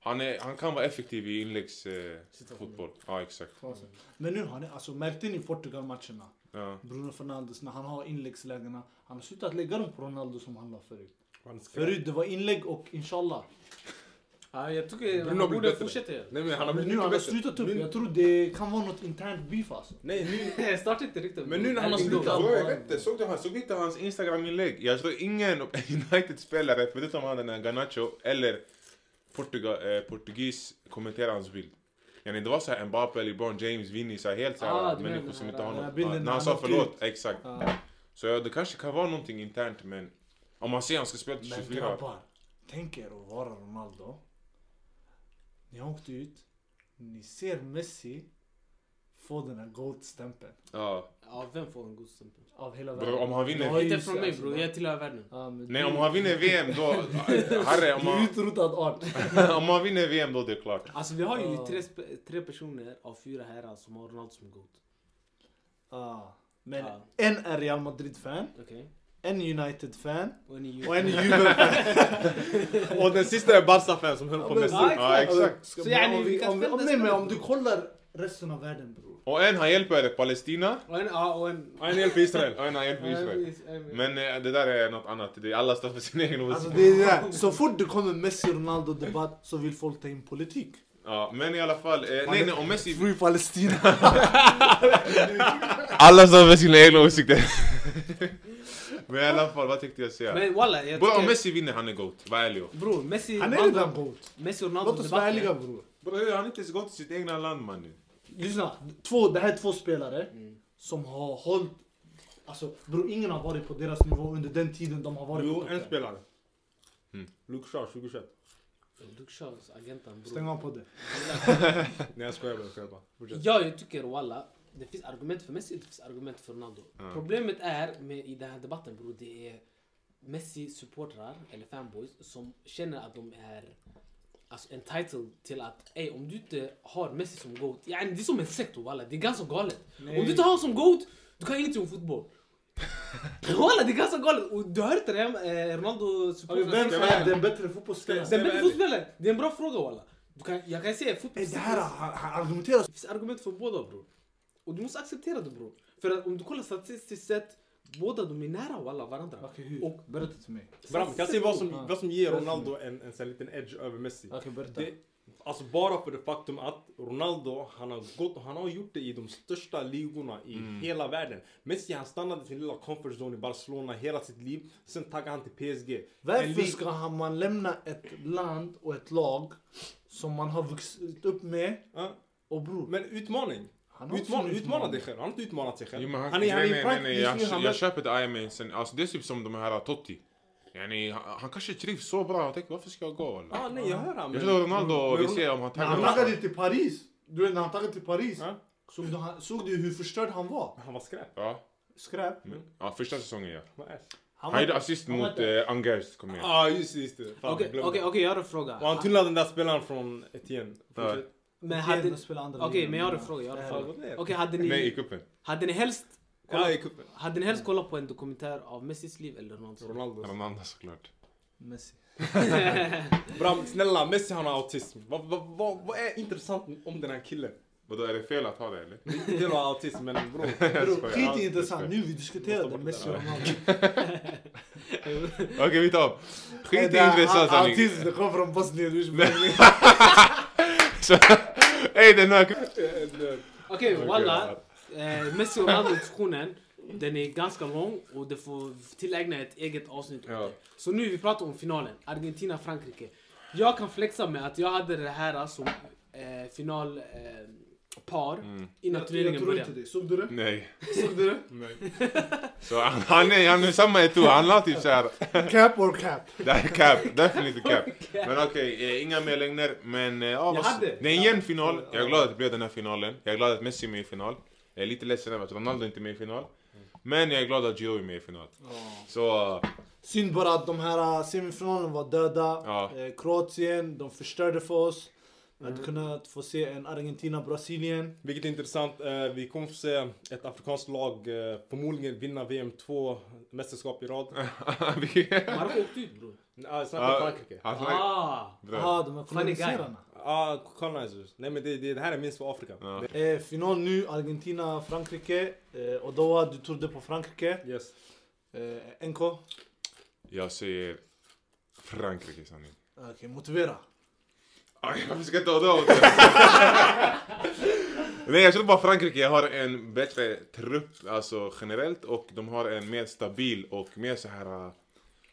han, är, han kan vara effektiv i inläggsfotboll. Eh,
Situationer.
fotboll. ja, exakt.
Fasen. Men nu har ni, alltså märkte ni Portugal-matcherna?
Ja.
Bruno Fernandes när han har inläggslägena. Han har slutat lägga dem på Ronaldo som han la förut.
Han ska-
Förut det var inlägg och inshallah.
Ja, jag tycker
Bruno
han
blir
borde
bättre.
fortsätta göra
Nej men han har
Men
blivit
nu har
mycket
han
bättre.
slutat upp.
Nu-
Jag tror det kan vara något internt beef alltså.
Nej nu...
det. Starta inte riktigt.
Men nu när han har
Ändå.
slutat-
Bro, jag vet inte, såg du han, såg inte hans Instagram-inlägg? Jag tror ingen United-spelare, förutom han den här Garnacho, eller Portuga, eh, portugis kommenterar hans bild. Yani, det var såhär Mbappé, LeBron James, Vinny, så här, helt såhär
Ah, du menar
människor
den
som
här-
inte har
den här
något.
bilden
Ja, när
när
han
han
sa
åkte
förlåt,
ut.
exakt.
Ja.
Så ja, det kanske kan vara någonting internt men om man ser han ska spela till
Men
24.
grabbar, tänk er att vara Ronaldo. Ni har åkt ut, ni ser Messi få den här gold-stämpeln
Ja.
Ja, vem får en god stämpel?
av hela
Bro,
världen.
om han vinner-
Ni har ju
Inte från mig
alltså,
bror, jag tillhör världen.
ja, men
Nej
du-
om han vinner VM då, Harry om
Du är
han,
utrotad art.
om han vinner VM då det är klart.
Alltså vi har ju
Ja.
tre, sp- tre personer av fyra herrar som har Ronaldo som GOAT.
Ja, men
Ja.
en är Real Madrid-fan,
Okej?
en United-fan
Och en är ju...
och en är Juve-fan.
Och den sista är Barca-fan som höll på
men-
Messi.
Ja,
Ja exakt.
Alltså, Ska-
Så yani,
om
vi
vi-
kan
om vi-
spela
om-
det
Nej men
spelet,
om du
bror.
kollar resten av världen bror.
Och en han hjälper Palestina
Och en... Ja, och en...
Han är hjälp i Israel.
och en han hjälper Israel.
Men...
Men eh, det där är något annat. Det är alla står för sin egen
Alltså
åsikt.
det är det där. Så fort det kommer Messi-Ronaldo-debatt så vill folk ta in politik.
Ja, men i alla fall, eh, nej nej om Messi...
Free Palestina.
Alla står för sina egna åsikter. men i alla fall, vad tänkte jag säga?
Men walla, jag
Bro, om
tycker...
Messi vinner han är GOAT, var ärlig.
Bror, Messi...
Han är
Ronaldo-
redan GOAT.
Messi och Ronaldo
Låt oss vara ärliga bror.
Bro, han har inte ens gått till sitt egna land mannen.
Lyssna, två, det här är två spelare som har hållit... Alltså bror, ingen har varit på deras nivå under den tiden de har varit på
Jo,
toppen.
en spelare.
Hmm.
Mm.
Luke Shaw 2021.
Luke Shaws, agenten bror.
Stäng av på det.
Nej jag skojar bara, jag skojar bara. Fortsätt.
Ja, jag tycker walla. Det finns argument för Messi, det finns argument för Ronaldo.
Ja.
Problemet är med, i den här debatten bror, det är Messi-supportrar, eller fanboys, som känner att de är alltså, entitled till att ey, om du inte har Messi som GOAT, ja, det är som en sekt walla, det är ganska galet. Om du inte har honom som GOAT, du kan ingenting om fotboll. Walla, det är ganska galet. Och du hör inte det här eh,
Okej,
Ronaldo-supportrar.
vem
vara
är
ärlig.
den bättre fotbollsspelaren?
Ska-
Den bästa fotbollsspelaren? Det är en bra fråga walla. Du kan, jag kan säga fotboll...
Det här, han, han argumenterar
Det finns argument för båda bror. Och du måste acceptera det bror. För att om du kollar statistiskt sett, båda de är nära walla, varandra.
Okej, hur?
Och
berätta till mig.
Bram, kan se vad som,
Ja.
vad som ger Ronaldo en, en sån här liten edge över Messi.
Okej, berätta.
Det, alltså bara för det faktum att Ronaldo, han har gått och han har gjort det i de största ligorna i hela världen. Messi han stannade i sin lilla comfort zone i Barcelona hela sitt liv. Sen taggade han till PSG. En
Varför
lig-
ska han- man lämna ett land och ett lag som man har vuxit upp med?
Ja,
Och bror,
men utmaning.
Han har också
Utman,
en utmaning.
utmana dig själv. Han har inte utmanat sig själv.
Jo, men han,
han är, han är
nej, nej,
i
nej, nej,
Frankrike
jag,
just nu.
jag,
Han
jag
möter-
köper det Ironman sen. Alltså det är typ som de här Totti. Yani, han, han kanske trivs så bra. Jag tänker varför ska jag gå walla?
Ah, nej, jag hör han.
jag
men-
tror Ronaldo
men
vill se om han
när han
tävlar.
taggade till Paris. Du vet när han taggade till Paris.
Ja.
Såg du, han- såg du hur förstörd han var?
Han var skräp.
Ja,
Skräp.
ja, första säsongen ja.
Vad är det?
Han gjorde assist mot eh, Angers, kom igen.
Ja, ah, just det, just det. Fan,
Okej,
glömde.
okej, okej, jag har en
Och
fråga.
han tunnade den där spelaren från Etienne.
Ja.
Ah. Fortsätt.
Men hade...
Okej,
Okej, men jag har en fråga. Jag har en
Ja,
fråga.
vad är det?
Okej, hade
Nej, i
ni...
cupen.
Hade ni helst...
Kolla i cupen.
Hade ni helst kollat på en dokumentär av Messis liv eller något sånt?
Ronaldo.
Ronaldo såklart.
Messi.
Bram, snälla, Messi han har autism. Vad vad vad- vad är intressant om den här killen?
Vadå, är det fel att ha det eller?
Det är inte del av autism, men bror.
skojar.
Skit
Ja,
i intressant,
jag
nu vi diskuterade Messi och Ronaldo.
Okej, vi tar om. Skit i
Eh, Det här
intressant sanning.
Autism, det kom från Bosnien. du vet.
Ey, den här cupen.
Okej, walla. Eh, Messi och Ronaldo-diskussionen, den är ganska lång och det får tillägna ett eget avsnitt. åt
Ja.
det. Så nu vi pratar om finalen, Argentina-Frankrike. Jag kan flexa med att jag hade det här som eh, finalpar eh, par innan
Jag jag
turneringen
tror inte
började.
det. Såg du det?
Nej.
Såg du det?
Så han, han är, han är samma Eto'o. Han la typ såhär.
Cap or cap?
Det här är cap, definitivt cap. Men okej, eh, inga mer längder. Men eh, ja,
Jag
vad-
hade.
det är en jämn final. Jag är glad att det blev den här finalen. Jag är glad att Messi är med i final. Jag är lite ledsen över att Ronaldo inte är med i final. Men jag är glad att Gio är med i final. Så eh,
Synd bara att de här äh, semifinalerna var döda.
Ja.
Eh, Kroatien, de förstörde för oss.
Mm.
Att kunna få se en Argentina-Brasilien.
Vilket är intressant. eh, Vi kommer få se ett afrikanskt lag eh, förmodligen vinna VM två mästerskap i rad.
vi...
Marocko åkte ut bror.
Ah, Jag snackar
Ja,
Frankrike.
han snackar-
Ah,
Bra.
Jaha, de här
Funny guy.
koloniserarna.
Ah, colonizers. Nej men det, det, det här är minst för Afrika.
Ja.
Eh, final nu, Argentina-Frankrike. Eh, Odoa, du trodde på Frankrike.
Yes.
Eh, NK? Okej,
Jag säger Frankrike sanning.
motivera.
Aj, Varför ska jag ta det av Nej, jag tror bara Frankrike har en bättre trupp alltså generellt och de har en mer stabil och mer så här uh,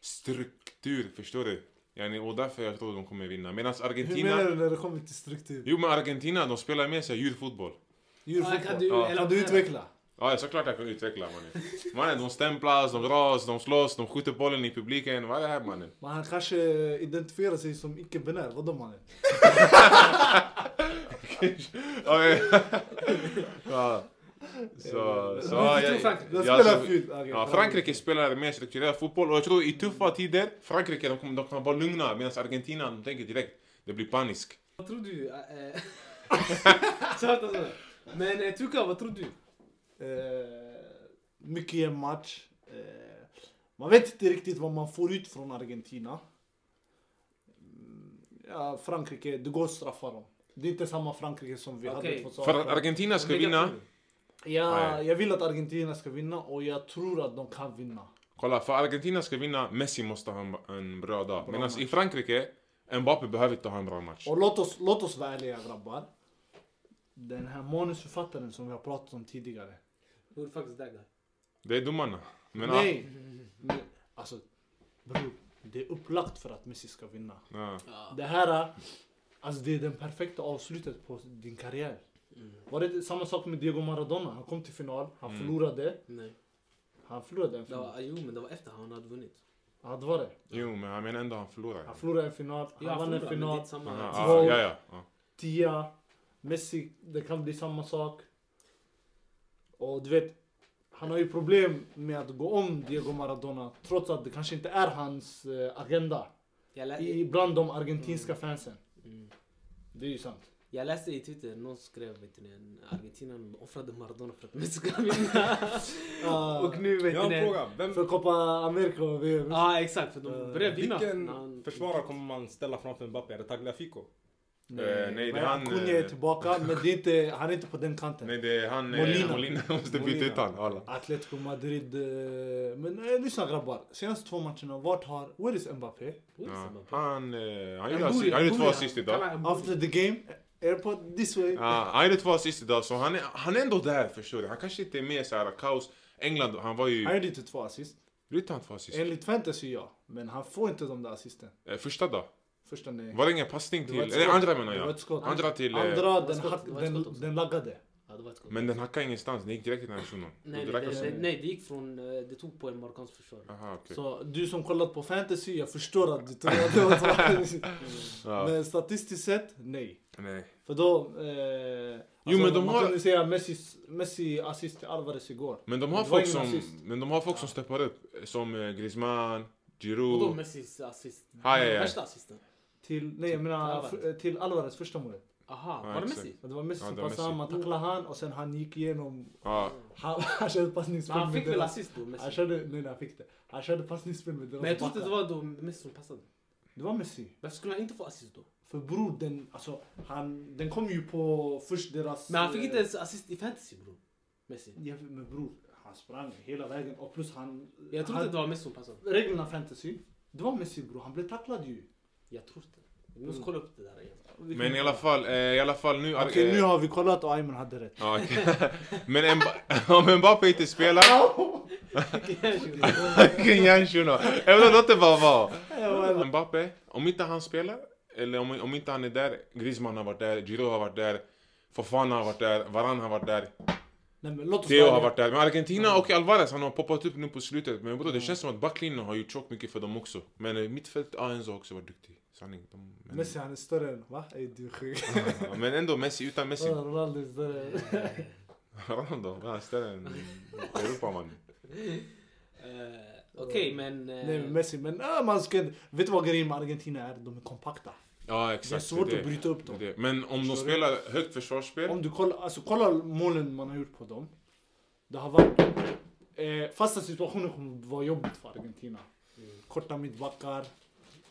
struktur, förstår du? Yani, och därför jag tror de kommer vinna. Medan
Hur
Argentina...
menar du när det kommer till struktur?
Jo, men Argentina, de spelar mer så här djurfotboll.
ah, kan du,
Djurfotboll.
Ja.
Kan du utveckla?
Ja, ja, såklart jag kan utveckla mannen. Mannen, de stämplas, de dras, de slåss, de skjuter bollen i publiken. Vad är det här mannen?
Men han kanske identifierar sig som icke-binär. Vadå mannen?
Okej. ja. Så, så, ja,
tror
jag-
Frankrike.
De
jag-
spelar fult. Okej,
Ja, Frankrike spelar mer strukturerad fotboll och jag tror i tuffa tider, Frankrike de, kommer, de kan vara lugna medan Argentina, de tänker direkt, det blir panisk.
Vad tror du? Eh, eh, så här, så här. Men eh, Tuka, vad tror du?
Eh, E, mycket jämn match. Eh, man vet inte riktigt vad man får ut från Argentina. Mm, Ja, Frankrike, det går att straffa dem. Det är inte samma Frankrike som vi hade
Okej.
2018.
För att Argentina ska vinna,
Ja,
Nej.
jag vill att Argentina ska vinna och jag tror att de kan vinna.
kolla, för Argentina ska vinna, Messi måste ha en, en bra dag. Medan i Frankrike, Mbappe behöver inte ha en bra match.
Och låt oss, låt oss vara ärliga grabbar. Den här manusförfattaren som vi har pratat om tidigare.
Hur är det faktiskt där?
Det är domarna. Men,
Nej! Men, Alltså, bror. Det är upplagt för att Messi ska vinna.
Ja, ja.
Det här, alltså det är den perfekta avslutet på din karriär. Var det samma sak med Diego Maradona? Han kom till final, han
Mm.
förlorade.
Nej.
Han förlorade en
Det
final.
var, ah, jo, men det var efter han hade vunnit.
Ja, det var det.
Jo, men jag menar ändå han förlorar.
Han förlorade en final, han
Ja,
vann en
förlorade, men det är
final.
inte samma.
Ja,
Wow.
ja, ja, ja, ja.
Tia, Messi, det kan bli samma sak. Och du vet, han har ju problem med att gå om Diego Maradona trots att det kanske inte är hans eh, agenda.
Jag, lä-
I, bland de argentinska fansen.
Mm.
Det är ju sant.
jag läste i Twitter, någon skrev vet ni, en Argentinan offrade Maradona för att Messi ska vinna.
Ah,
och nu vet
Jag har
ni.
en fråga. Vem,
för Copa America och VM.
Eh, Ja, exakt. För de började vinna. när
vilken
han-
försvarare kommer man ställa framför Mbappé? Är det Tagliafico?
Eh, nej, det är han,
Acuna
eh,
är tillbaka, men det är inte, han är inte på den kanten.
Nej, det är han eh,
Molina.
Molina. måste byta
Molina.
ut han. alla.
Atletico Madrid... eh, Men eh, lyssna grabbar, senaste två matcherna, vart har... Where is Mbappé?
Ja.
Wilson, man.
Han, eh, han gjorde
Mbuya,
assist- han gjorde två
Mbuya.
assist idag.
Kalla en Wilson.
After the game, eh, airport this way.
Ja, han gjorde två assist idag, så han är, han är ändå där förstår du. Han kanske inte är med så här kaos. England, han var
Han
ju...
gjorde inte två assist.
Gjorde han två assist?
Enligt fantasy ja, men han får inte de där assisten.
Eh, Första då?
Första nej.
Var det ingen passning
var
till...
ett
Eller
skott.
andra menar
Det var ett
jag.
skott.
Andra till... eh,
Andra,
var
den,
skott-
hack,
det var ett skott
den,
också.
den laggade.
Ja, det var ett skott.
Men den hackade ingenstans, den gick direkt i den här shunon.
Nej,
Det
nej,
räknas
det,
inte.
det, nej, det gick från... eh, Det tog på en marockansk försvarare.
Aha, okej.
Så du som kollat på fantasy, jag förstår att du tror att det var fantasy.
Mm.
Ja,
Men statistiskt sett, nej.
nej.
För då... Eh,
Jo, men de
man
har-
kunde säga Messi, Messi assist till Alvarez igår.
Men de
Det
har
var
folk
ingen
som...
assist.
Men de har folk som steppar upp. eh, Som eh, Griezmann,
Vadå
Giroud.
Messis assist?
Ja, ja, ja.
Värsta assisten?
Till, nej jag menar
Alvarez.
f- till Alvarez första målet.
Aha,
Ja,
var det
exakt.
Messi?
Det var Messi
Ja,
som
det var
passade, han, man tacklade han och sen han gick igenom.
Ja.
Han, han körde
Men
passningsspel
han fick väl
deras-
assist då,
Han
Messi?
körde, nej nej, han fick det. Han körde passningsspel med deras
Men jag trodde
backar.
det var då Messi som passade.
det var Messi.
Varför skulle han inte få assist då?
För bror den, alltså, han, den kom ju på först deras...
Men han fick
eh,
inte ens assist i fantasy bror. Messi.
Ja, men bror, han sprang hela vägen och plus han...
Jag trodde
han,
det var Messi som passade.
Reglerna fantasy, det var Messi bror, han blev tacklad ju.
Jag tror det. Vi måste kolla upp det där igen.
Men i alla fall, eh, i alla fall nu... eh,
Okej nu har vi kollat och Ayman hade rätt.
Ja, okej. Men Mba- om Mbappé inte spelar, vilken hjärnshuno! Även om låt det bara vara. Mbappé, om inte han spelar, eller om, om inte han är där, Griezmann har varit där, Giroud har varit där, Fofana har varit där, Varane har varit där,
Nej men låt oss
Theo
vara
har
ärliga.
varit där. Men Argentina och Alvarez, han har poppat upp nu på slutet. Men bror, det känns som att backlinjen har gjort tjockt mycket för dem också. Men eh, mittfält, ja, Enzo har också varit duktig. Sanning. De, men,
Messi han är större än, va? Ey du är sjuk.
Ja, men ändå, Messi utan Messi.
Ronaldo är större
Eh.
än.
Ronaldo, han är större än Europa man.
Eh, Okej, men... eh,
Nej men Messi, men ah, man ska... Vet du vad grejen med Argentina är? De är kompakta.
Ja, exakt.
Det är svårt
det.
att bryta upp dem.
Det är det. Men om de
Förstår du?
spelar högt försvarsspel,
Om du kollar, alltså kolla målen man har gjort på dem. Det har varit... Eh, fasta situationer kommer att vara jobbigt för Argentina. Korta mittbackar,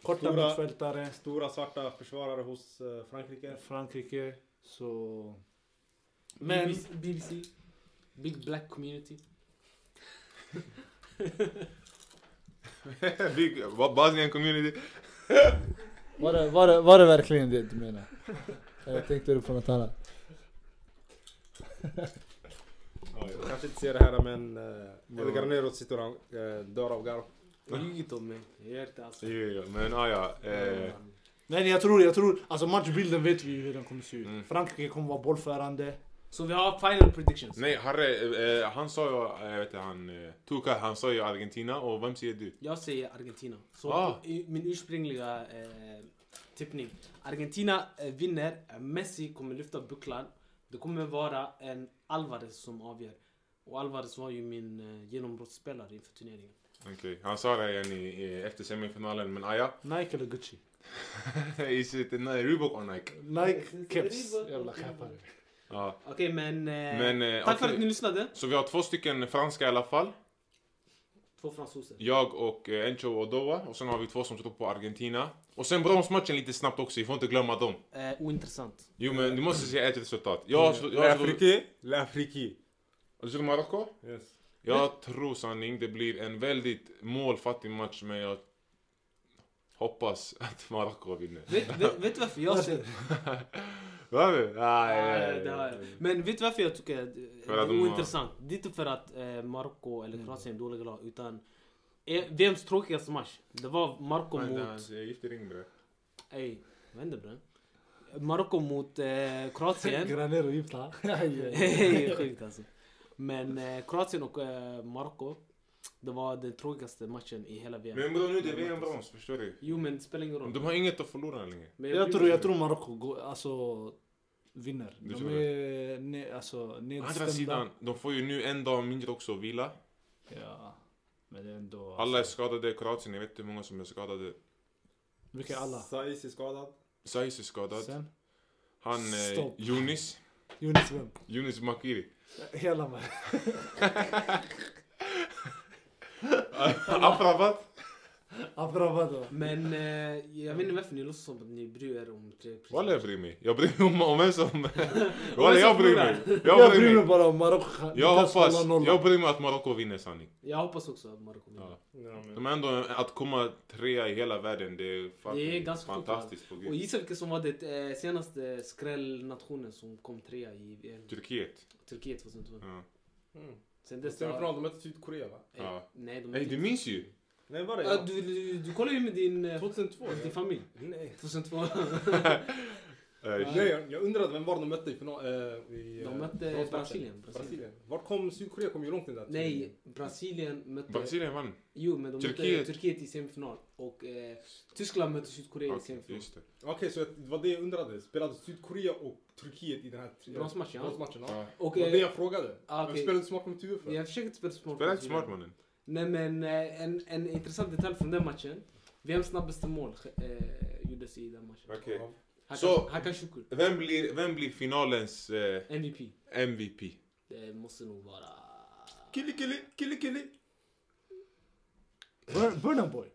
korta
Stora-
mittfältare,
Stora svarta försvarare hos eh, Frankrike.
Frankrike. Så... Men...
Men... BBC. Big Black Community.
Big Bosnian community.
Var det, var, det, var det verkligen det du menade? Jag tänkte du på något annat.
Jag kanske inte ser det här men eh, El Granero sitter och eh, dör av garv.
Ljug inte om mig. Jag gör alltså. inte alls
Jo, jo, jo. Men ja, ja. Eh,
Nej jag tror, jag tror, alltså matchbilden vet vi ju hur den kommer se ut.
Mm.
Frankrike kommer vara bollförande.
Så vi har final predictions.
nej, Harry, eh, eh, han sa ju, eh, vet du, han, eh, Tuka, han sa ju Argentina och vem säger du?
Jag säger Argentina. Så
Ah.
i- min ursprungliga eh, tippning. Argentina eh, vinner. Messi kommer lyfta bucklan. Det kommer vara en Alvarez som avgör. Och Alvarez var ju min eh, genombrottsspelare inför turneringen.
Okej, han sa det igen i, i, efter semifinalen, men ah, ja.
Nike eller Gucci?
I sitt nej, Reebok och Nike.
Nike, keps. Jävla käppar.
Ja.
Okej men, eh,
Men, eh,
tack för
okej.
att ni lyssnade.
Så vi har två stycken franska i alla fall.
Två fransoser.
Jag och eh, Encho Odoa. Och sen har vi två som står på Argentina. Och sen bronsmatchen lite snabbt också, vi får inte glömma dem.
Eh, ointressant.
Jo, men du måste säga ett resultat. Jag, jag, jag, jag,
L'Afrique. L'Afrique.
jag, Marocko?
Yes.
Jag tror sanning, det blir en väldigt målfattig match men jag hoppas att Marocko vinner.
Vet, vet, vet du varför jag säger
Vad har vi?
Nej, det har jag. Men vet du varför jag tycker att eh, det
För att
är
de har-
ointressant? Det är inte för att eh, Marocko
Mm.
eller Kroatien är dåliga lag utan eh, vems tråkigaste match? Det var Marocko mot...
Jag är gift i ring bre.
Ey, vad hände bre? Marocko mot eh, Kroatien.
Granero Gifta.
Ey, Sjukt alltså. Men eh, Kroatien och eh, Marocko, det var den tråkigaste matchen i hela VM.
Men bror nu det är VM-brons, förstår du?
Jo men det spelar ingen roll.
De har inget att förlora längre.
Men
Jag
blir-
tror, jag tror Marocko går- alltså, vinner.
Du tror
De är ne, alltså,
Å
nedstämda.
andra sidan, de får ju nu en dag mindre också att vila.
Ja. Men det är ändå...
Alla är skadade i Kroatien, jag vet inte hur många som är skadade.
Vilka är alla?
Saiz är skadad.
Saiz är skadad.
Sen?
Han, eh,
Stopp.
Yunis.
Jonas vem?
Yunis Makiri.
Hela man.
Afrabat.
Abrabado.
Men eh, jag Jag vet inte varför ni låtsas som att ni bryr er om tre priser.
Walla jag bryr mig. Jag bryr mig om, om vem som... Walla
som
jag bryr
förlorar.
mig.
Jag bryr mig bara om Marocko.
Jag
lyckas hålla
hoppas,
nollan.
jag bryr mig att Marocko vinner sanning.
Jag hoppas också att Marocko vinner.
Ja.
Ja, men-
Men ändå, att komma trea i hela världen, det är, fucking
Det är ganska sjukt,
fantastiskt. på
Och
Gud.
gissa vilka som var det eh, senaste skrällnationen som kom trea i eh,
Turkiet.
Turkiet 2002.
Ja.
Mm.
Sen
Det
dess har-
stämmer från, de hette Sydkorea va?
Eh,
Ja.
Nej, de
Ey, du minns ju.
Nej var det?
Ah, du, du, du kollar ju med din, eh,
2002?
din
Ja.
familj.
Nej.
2002.
Eh,
Nej, jag, jag undrade vem var de mötte i final. Eh, i, eh,
De mötte
bronsmatchen.
Brasilien. Brasilien.
Brasilien. Vart kom Sydkorea? Kom ju långt i den där
Nej, Brasilien mötte...
Brasilien vann.
Jo, men de
Turkiet.
mötte Turkiet i semifinal. Och eh, Tyskland mötte Sydkorea i
Okej,
semifinal.
just det.
Okej, så jag- det var det jag undrade. Spelade Sydkorea och Turkiet i den här tri-
Bronsmatchen, ja.
bronsmatchen? Ja.
Ja.
Och
Det var det
eh,
jag frågade.
ah,
Varför
okej.
spelade du smaken med huvud för?
jag försöker spela smart.
Spela inte smart mannen.
Nej, men eh, en, en intressant detalj från den matchen. Vems snabbaste mål eh, gjordes i den matchen?
Okej.
Ja.
Hakan-
Så-
Hakan Şükür,
Vem blir, vem blir finalens eh,
MVP.
MVP?
Det måste nog vara...
Kille, kille, kille, kille.
Bur- Burna Boy.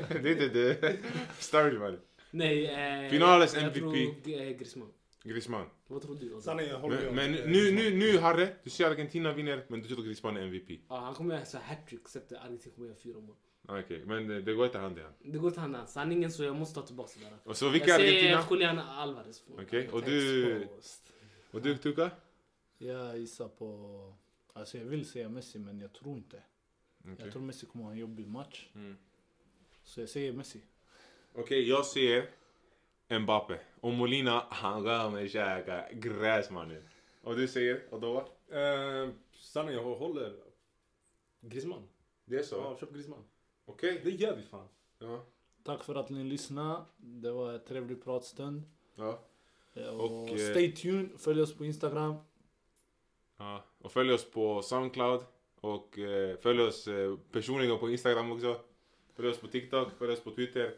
det är inte det. Starry mannen.
Nej, eh,
Finalens
jag
MVP.
tror, eh, Griezmann.
Grisman.
Vad tror du? Odde?
Sanningen, jag håller
Men,
med.
men
om, eh,
nu, nu, nu Harry, du ser Argentina vinner men du tror att Grisman är MVP.
Ja, han kommer göra så här hattrick, except att Argentina kommer göra fyra mål.
Okej, men eh, det, det går inte hand i hand.
Det går till han sanningen så jag måste ta tillbaka det där.
Och så
Jag
vilka
säger
Argentina?
Julian Alvarez.
Okej, och du, och du Tuka?
Jag gissar på... Alltså jag vill säga Messi men jag tror inte.
Okej,
Jag tror Messi kommer ha en jobbig match.
Mm.
Så jag säger Messi.
Okej, jag ser Mbappe. Och Molina, han rör mig käka gräs mannen. Och du säger, och då?
Eh, Sanningen, jag håller. Griezmann.
Det är
Ja, köp Griezmann.
Okej.
Det gör vi fan.
Ja.
Tack för att ni lyssnade. Det var en trevlig pratstund.
Ja.
Eh,
Och,
Och
eh,
stay tuned. Följ oss på Instagram.
Ja, och följ oss på Soundcloud och eh, följ oss eh, personligen på Instagram också. Följ oss på TikTok, följ oss på Twitter.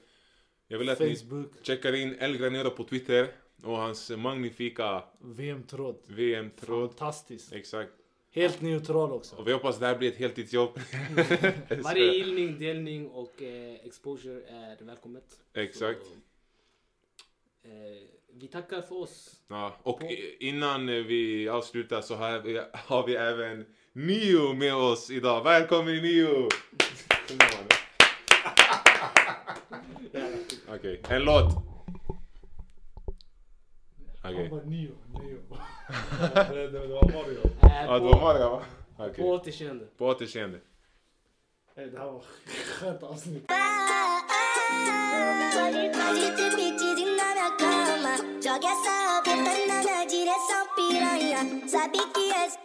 Jag vill att ni
Facebook.
checkar in El Granero på Twitter och hans magnifika
VM-tråd.
VM-tråd.
Fantastiskt.
Exakt.
Helt neutral också.
Och vi hoppas det här blir ett heltidsjobb.
Varje gillning, delning och eh, exposure är välkommet.
Exakt.
Så, eh, vi tackar för oss.
Ja, och i- innan vi avslutar så har vi, har vi även Nio med oss idag. Välkommen Nio! Okej, en låt. Okej.
Han var Neo, Neo.
det, det, det var Mario.
Eh,
Ja, det var
på,
Mario va?
på
Okej.
återseende.
På återseende.
Eh, Det här var skönt avsnitt.
Joga essa rabeta na na direção piranha. Sabe que és